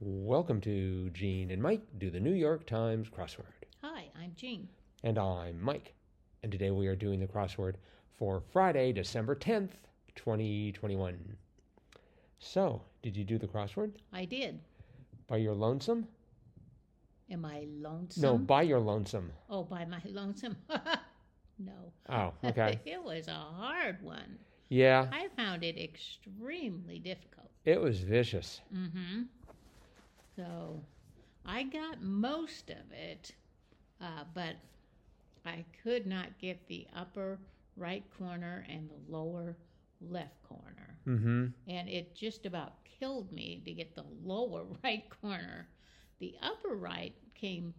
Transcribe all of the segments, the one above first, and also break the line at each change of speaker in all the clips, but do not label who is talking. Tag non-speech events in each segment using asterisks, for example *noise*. Welcome to Gene and Mike do the New York Times crossword.
Hi, I'm Jean.
And I'm Mike. And today we are doing the crossword for Friday, December 10th, 2021. So, did you do the crossword?
I did.
By your lonesome?
Am I lonesome?
No, by your lonesome.
oh, by my *laughs* lonesome. no.
Oh, okay.
*laughs* it was a hard one.
yeah,
I found it extremely difficult.
it was vicious.
Mm-hmm. So I got most of it, uh, but I could not get the upper right corner and the lower left corner.
Mm-hmm.
and it just about killed me to get the lower *laughs* right corner. The upper right came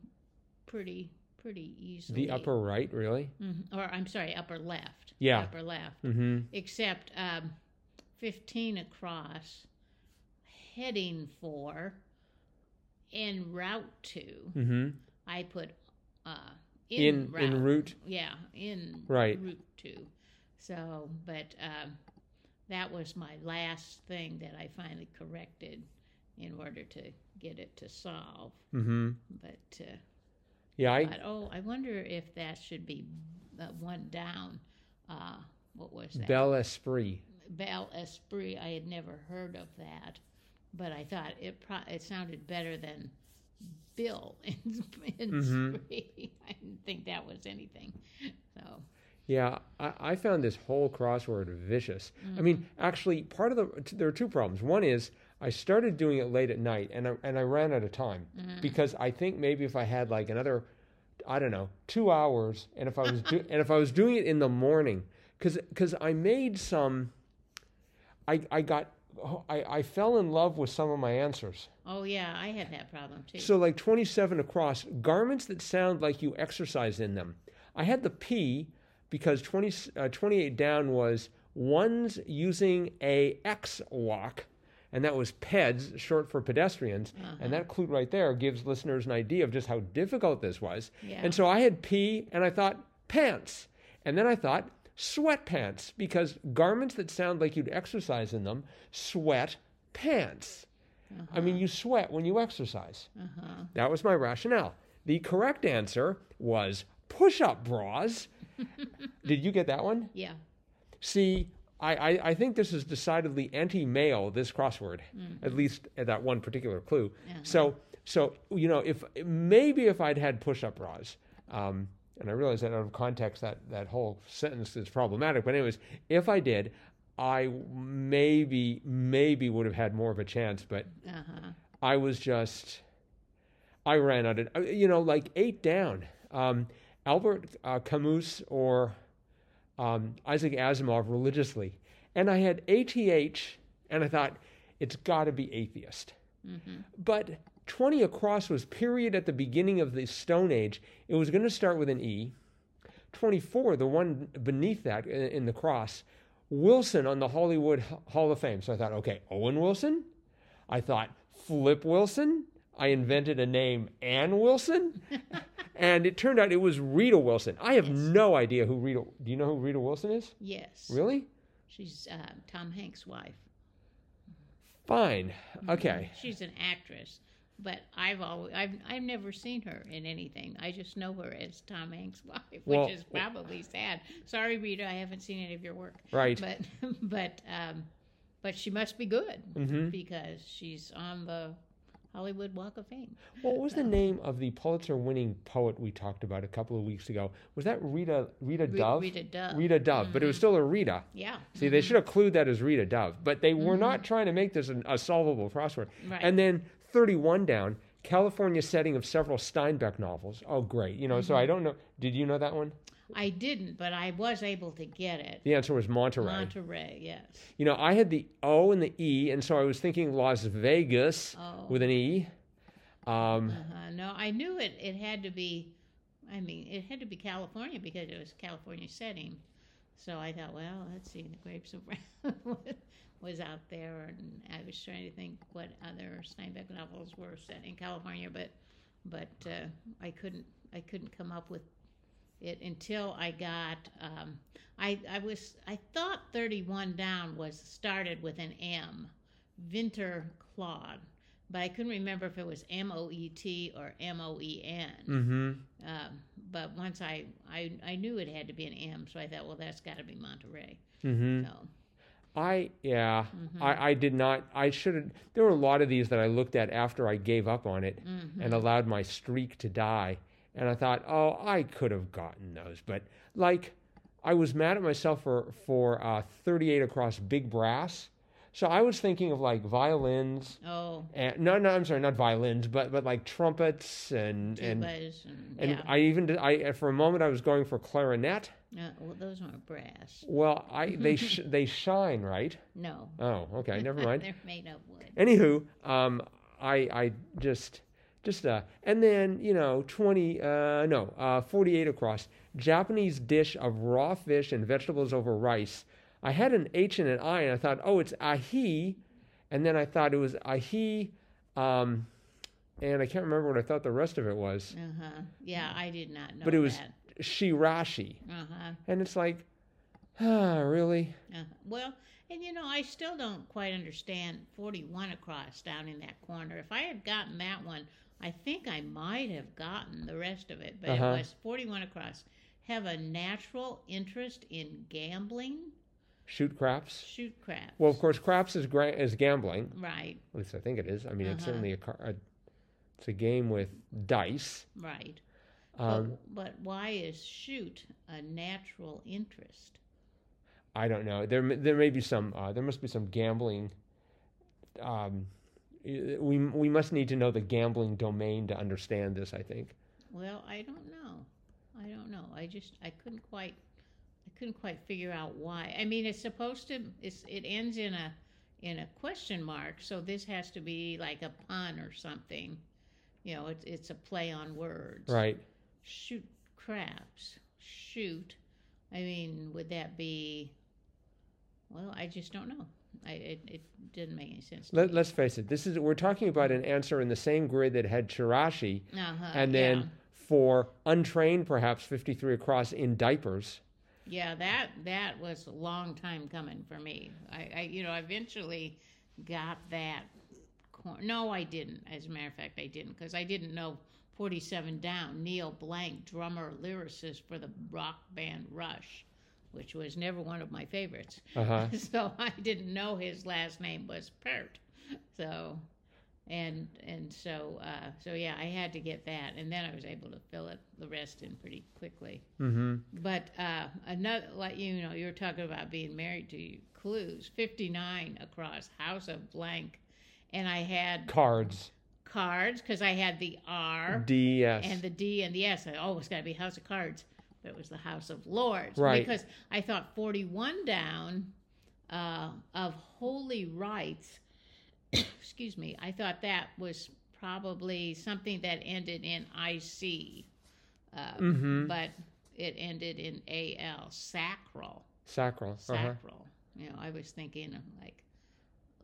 pretty pretty easily.
The upper right, really?
Mhm. or I'm sorry, upper left.
Yeah.
upper left.
Mm-hmm.
Except um, 15 across, heading for, en route to.
Mm-hmm.
I put uh,
In-
in,
in route?
Yeah, in
Right.
route to. So, but um, that was my last thing that I finally corrected in order to get it to solve.
Mm-hmm.
But, uh,
Yeah, I
but oh, I wonder if that should be uh, one down. Uh, what was that?
Bel Esprit.
Bel Esprit. I had never heard of that, but I thought it pro- it sounded better than Bill *laughs* in, in
Mhm.
Esprit. I didn't think that was anything. So
Yeah, I, I found this whole crossword vicious. I mean, actually, part of the t- there are two problems. One is I started doing it late at night, and I and I ran out of time because I think maybe if I had like another, I don't know, two hours, and if I was do, and if I was doing it in the morning, because I made some, I I got I I fell in love with some of my answers.
oh yeah, I had that problem too.
So like 27 across, garments that sound like you exercise in them. I had the P because 20, uh, 28 down was ones using a X walk, and that was PEDS, short for pedestrians. And that clue right there gives listeners an idea of just how difficult this was.
Yeah.
And so I had P and I thought pants. And then I thought sweatpants because garments that sound like you'd exercise in them, sweat pants. I mean, you sweat when you exercise. That was my rationale. The correct answer was push up bras. Did you get that one?
yeah,
See, I, I, I think this is decidedly anti male, this crossword, at least at that one particular clue. So, so, you know, if maybe if I'd had push up bras, um, and I realize that out of context, that, that whole sentence is problematic. But, anyways, if I did, I maybe, maybe would have had more of a chance. But
uh huh,
I was just, I ran out of, I- you know, like eight down. Um, Albert uh, Camus or um, Isaac Asimov religiously. And I had ATH, and I thought, it's got to be atheist. But 20 across was period at the beginning of the Stone Age. It was going to start with an E. 24, the one beneath that i- in the cross, Wilson on the Hollywood H- Hall of Fame. So I thought, okay, Owen Wilson. I thought, Flip Wilson. I invented a name, Ann
*laughs*
Wilson. and it turned out it was Rita Wilson. I have no idea who Rita Do you know who Rita Wilson is?
yes.
Really?
She's uh, Tom Hanks' wife.
Fine.
Mm-hmm.
Okay.
She's an actress, but I've always I've I've never seen her in anything. I just know her as Tom Hanks' *laughs* wife, which
Well-
is probably sad. Sorry, Rita, I haven't seen any of your work.
Right.
*laughs* But but um, but she must be good
Mhm.
because she's on the Hollywood Walk of Fame.
What was
uh,
the name of the Pulitzer-winning poet we talked about a couple of weeks ago? Was that Rita Rita
Re-
Dove?
Rita uh, mm-hmm. Dove.
Rita Dove, but it was still a Rita.
Yeah.
See, they should have clued that as Rita Dove, but they were not trying to make this an, a solvable crossword.
Mm-hmm. Right.
And then 31 down, California setting of several Steinbeck novels. Oh, great. You know, so
Mm-hmm.
I don't know. Did you know that one?
I didn't, but I was able to get it.
The answer was Monterey.
Monterey, yes.
you know, I had the O and the E, and so I was thinking Las Vegas
Oh.
with an E. Um,
Uh-huh. No, I knew it. It had to be. I mean, it had to be California because it was California setting. So I thought, well, let's see, the grapes of *laughs* wrath was out there, and I was trying to think what other Steinbeck novels were set in California, but but uh, I couldn't I couldn't come up with it until I got um, I I was I thought thirty one down was started with an M, Vinter Claude, but I couldn't remember if it was M O E T or M O E N.
Mm-hmm.
Um, but once I, I I knew it had to be an M, so I thought, well, that's got to be Monterey.
Mm-hmm.
So
I yeah.
mhm,
I, I did not. I should have. There were a lot of these that I looked at after I gave up on it
mhm.
and allowed my streak to die. And I thought, oh, I could have gotten those, but like, I was mad at myself for for uh, 38 across big brass. So I was thinking of like violins
oh,
and no, no, I'm sorry, not violins, but but like trumpets and and
tubas and,
and
yeah.
I even did, I for a moment I was going for clarinet.
Uh, well, those aren't brass.
Well, I they sh- they shine right.
No,
Oh, okay, never mind.
*laughs* They're made of wood.
Anywho, um, I I just just uh, and then you know twenty uh no uh forty eight across Japanese dish of raw fish and vegetables over rice. I had an H and an I, and I thought, oh, it's ahi, and then I thought it was ahi, um, and I can't remember what I thought the rest of it was.
Uh huh. Yeah, I did not know.
But it was
that.
shirashi,
Uh huh.
and it's like, *sighs* ah, really?
Uh, well, and you know, I still don't quite understand 41 across down in that corner. If I had gotten that one, I think I might have gotten the rest of it, but
Uh-huh.
it was 41 across. Have a natural interest in gambling,
Shoot craps?
shoot craps.
Well, of course, craps is gra- is gambling.
right,
At least I think it is. I mean, it's
Uh-huh.
certainly a, car, a it's a game with dice.
right.
Um,
but, but why is shoot a natural interest?
I don't know. There m- there may be some uh, there must be some gambling. Um, i- we we must need to know the gambling domain to understand this. I think.
Well, I don't know. I don't know. I just I couldn't quite I couldn't quite figure out why. I mean, it's supposed to it's it ends in a in a question mark, so this has to be like a pun or something. You know, it's it's a play on words.
Right.
Shoot craps. Shoot. I mean, would that be well, I just don't know. I it, it didn't make any sense. To
Let,
me.
let's face it. This is we're talking about an answer in the same grid that had Chirashi,
Uh-huh,
and then for untrained, perhaps fifty three across in diapers.
Yeah, that that was a long time coming for me. I, I you know, I eventually got that. Cor- no, I didn't. As a matter of fact, I didn't because I didn't know Forty Seven Down. Neil Blank, drummer lyricist for the rock band Rush, which was never one of my favorites.
Uh huh.
*laughs* so I didn't know his last name was Pert. So, and and so uh, so yeah, I had to get that, and then I was able to fill it the rest in pretty quickly.
mm-hmm.
But uh, another, like you know, you were talking about being married to clues. Fifty nine across House of Blank, and I had
Cards.
cards because I had the R
D E S.
and the D and the S. I always got to be House of Cards, but it was the House of Lords
Right.
because I thought forty one down uh, of holy rites. *coughs* excuse me. I thought that was probably something that ended in I C. Uh,
mm-hmm.
but it ended in al sacral
Sacral. Uh-huh.
sacral you know i was thinking of like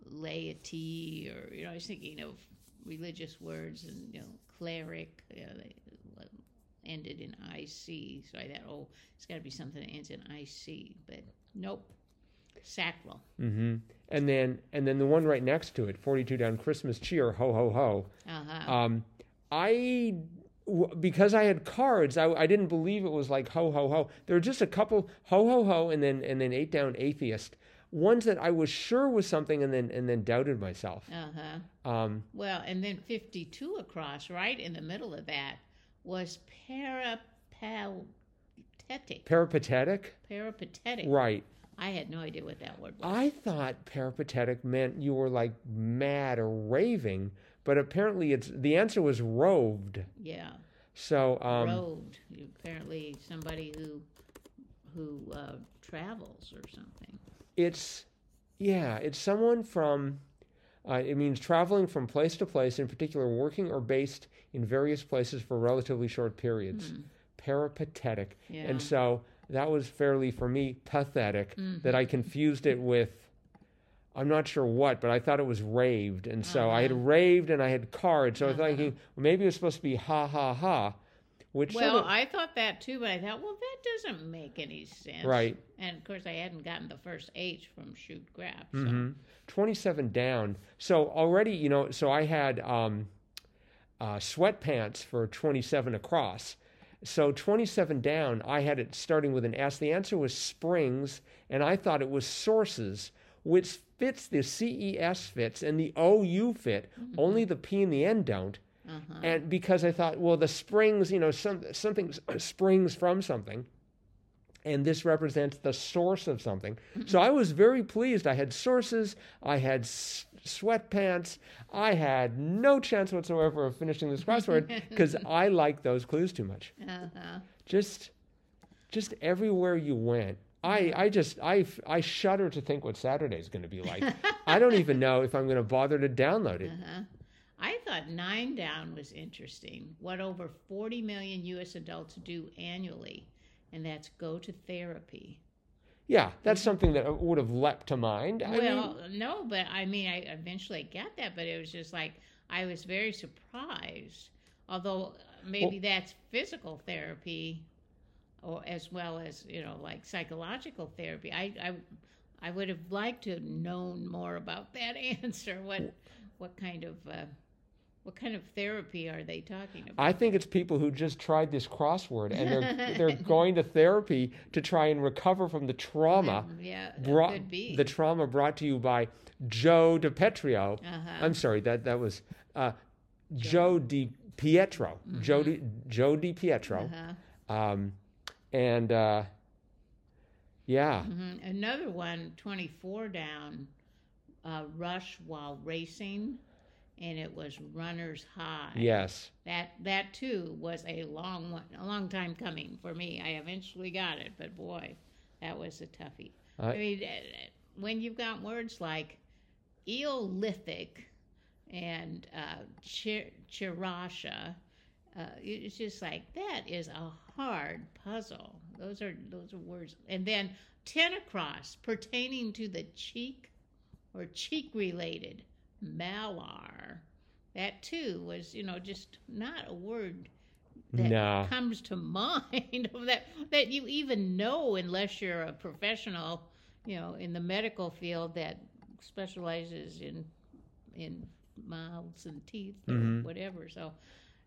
laity or you know i was thinking of religious words and you know cleric you know, they what ended in ic so i thought oh it's got to be something that ends in ic but nope sacral
Mm-hmm. And then and then the one right next to it, 42 down Christmas cheer, ho ho ho.
uh-huh
Um, I w- because I had cards, I, I didn't believe it was like ho ho ho. There were just a couple ho ho ho, and then and then eight down atheist ones that I was sure was something, and then and then doubted myself.
uh-huh
Um,
Well, and then 52 across, right in the middle of that, was peripatetic.
peripatetic,
Peripatetic.
right?
I had no idea what that word was.
I thought peripatetic meant you were like mad or raving, but apparently it's the answer was roved.
yeah,
So um,
robed. Apparently, somebody who who uh, travels or something.
it's yeah it's someone from uh, it means traveling from place to place in particular working or based in various places for relatively short periods peripatetic
Hmm. Yeah.
and so that was fairly for me pathetic
Mm-hmm.
that i confused it with i'm not sure what but i thought it was raved
Uh-huh.
and so i had raved and i had cards so i was thinking well, maybe it was supposed to be ha ha ha which sort
Well,
of-
I thought that too, but I thought, well, that doesn't make any sense.
Right.
And of course, I hadn't gotten the first H from shoot grab. So.
Mhm. 27 down. So already, you know, so I had um, uh, sweatpants for 27 across. So 27 down, I had it starting with an S. The answer was springs, and I thought it was sources, which fits the CES fits and the OU fit, only the P and the N don't.
Uh-huh.
And because I thought, well, the springs, you know, some, something *clears throat* springs from something, and this represents the source of something. So I was very pleased. I had sources, I had s- sweatpants, I had no chance whatsoever of finishing this crossword because I like those clues too much.
Uh-huh.
Just, just everywhere you went. I, I just I, f- I shudder to think what Saturday's going to be like. I don't even know if I'm going to bother to download
*laughs*
it.
Uh-huh. I thought nine down was interesting. What over 40 million U.S. adults do annually, and that's go to therapy.
Yeah, that's something that uh, would have leapt to mind. I mean,
well, no, but I mean, I eventually got that, but it was just like I was very surprised. Although uh, maybe that's physical therapy, or as well as you know, like psychological therapy. I, I, I would have liked to have known more about that *laughs* answer. What, what kind of, uh, what kind of therapy are they talking about?
I think it's people who just tried this crossword and
*laughs*
they're they're going to therapy to try and recover from the trauma
Um, yeah, that
brought
could be.
the trauma brought to you by Joe DiPetrio.
uh-huh.
I'm sorry that that was uh, Joe Di Pietro. Joe Di, Joe Di Pietro.
Mm-hmm. uh-huh.
Um, and uh, yeah,
Mhm. Another one, 24 down, uh, rush while racing, and it was runner's high.
yes,
That that too was a long one, a long time coming for me. I eventually got it, but boy, that was a toughie. I
I-
mean, eh, eh, when you've got words like eolithic and uh, chir- chirasha, uh, it- it's just like that is a hard puzzle. Those are those are words, and then ten across pertaining to the cheek or cheek related malar. That too was you know just not a word that
no,
comes to *laughs* mind of that that you even know unless you're a professional, you know, in the medical field that specializes in in mouths and teeth or
Mhm.
whatever. So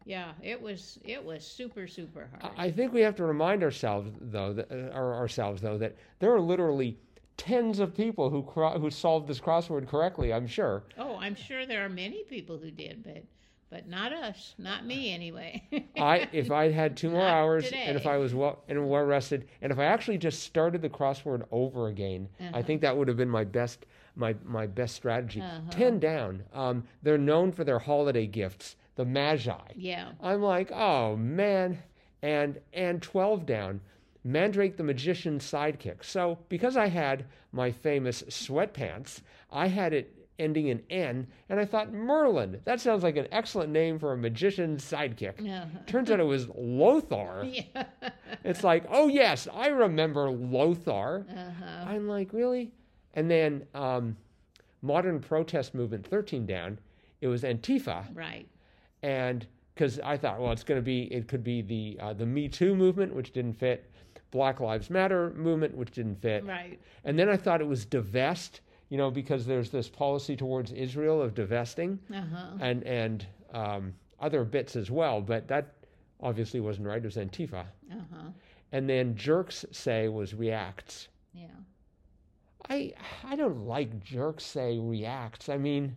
yeah, it was it was super super hard.
I I think we have to remind ourselves, though, that, uh, our- ourselves though, that there are literally tens of people who cro- who solved this crossword correctly. I'm sure.
oh, I'm sure there are many people who did, but but not us, not
Uh-huh.
me anyway.
I, if I had two more
Not
hours, and if
today.
I was well and well rested, and if I actually just started the crossword over again, I think that would have been my best my my best strategy.
Uh-huh.
Ten down. Um, they're known for their holiday gifts, the magi.
*laughs* yeah.
I'm like, oh man, and and twelve down, Mandrake the Magician's sidekick. So because I had my famous sweatpants, I had it ending in N, and I thought Merlin. That sounds like an excellent name for a magician's sidekick.
No.
Turns out it was Lothar.
Uh-huh. *laughs* yeah.
It's like, oh yes, I remember Lothar.
Uh-huh.
I'm like, really? And then um, modern protest movement thirteen down. It was Antifa
Right.
and because I thought, well, it's going to be, it could be the uh, the Me Too movement, which didn't fit, Black Lives Matter movement, which didn't fit,
Right.
and then I thought it was divest, you know, because there's this policy towards Israel of divesting
Uh-huh.
and and um, other bits as well, but that obviously wasn't right. It was Antifa,
Uh-huh.
and then jerks say was reacts.
Yeah.
I I don't like jerks say reacts. I mean,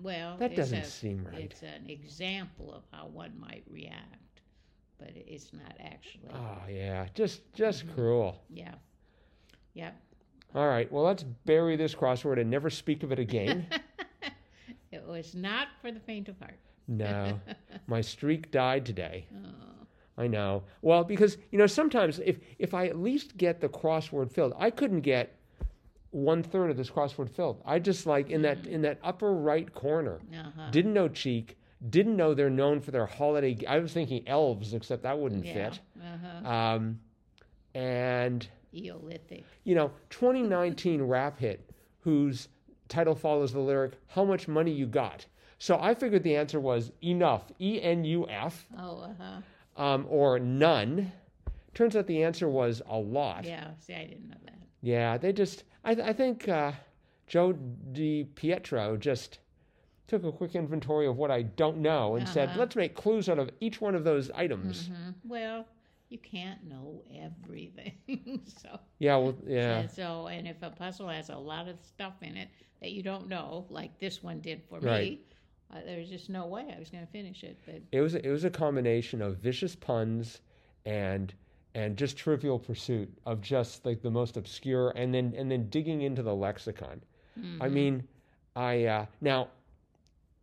Well,
that
it's
doesn't
a-
seem right.
It's an example of how one might react, but it's not actually.
Oh yeah, just just cruel.
Yeah. Yep.
All right, well, let's bury this crossword and never speak of it again.
It was not for the faint of heart.
no, my streak died today.
Oh,
I know. Well, because, you know, sometimes if, if I at least get the crossword filled, I couldn't get one third of this crossword filled. I just like in that in that upper right corner,
uh-huh.
didn't know cheek, didn't know they're known for their holiday. I was thinking elves, except that wouldn't
yeah.
fit.
Uh-huh.
Um, and
Eolithic.
you know, 2019 rap hit whose title follows the lyric, How Much Money You Got. So I figured the answer was enough, E N U F.
Oh, uh-huh.
um, or none. Turns out the answer was a lot.
Yeah, see, I didn't know that.
Yeah, they just, I, I think uh, Joe Di Pietro just took a quick inventory of what I don't know and said,
Uh-huh.
let's make clues out of each one of those items.
hmm Well, you can't know everything, *laughs* so.
Yeah, well, yeah,
And so, and if a puzzle has a lot of stuff in it that you don't know, like this one did for me,
Right.
uh, there's just no way I was going to finish it. But
it was it was a combination of vicious puns and and just trivial pursuit of just like the most obscure, and then and then digging into the lexicon. I
mhm.
mean, I uh, now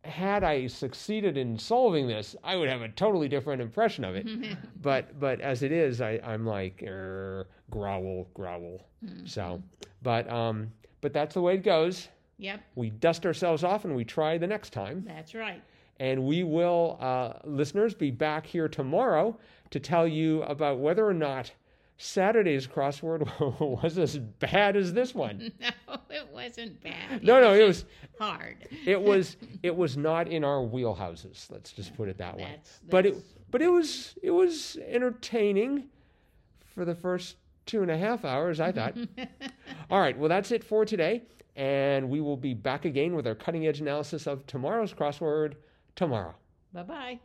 had I succeeded in solving this, I would have a totally different impression of it.
Mm-hmm. *laughs*
But but as it is, I I'm like er, growl growl. So, but um, but that's the way it goes.
yep,
We dust ourselves off and we try the next time.
that's right. *laughs*
And we will, uh, listeners, be back here tomorrow to tell you about whether or not Saturday's crossword *laughs* was as bad as this one.
No, it wasn't bad.
No, no, it was
just hard. *laughs*
it was it was not in our wheelhouses. Let's just put it that way.
That's,
But it
that's-
but it was it was entertaining for the first two and a half hours. I
*laughs*
thought. All right. Well, that's it for today, and we will be back again with our cutting edge analysis of tomorrow's crossword tomorrow.
Bye bye.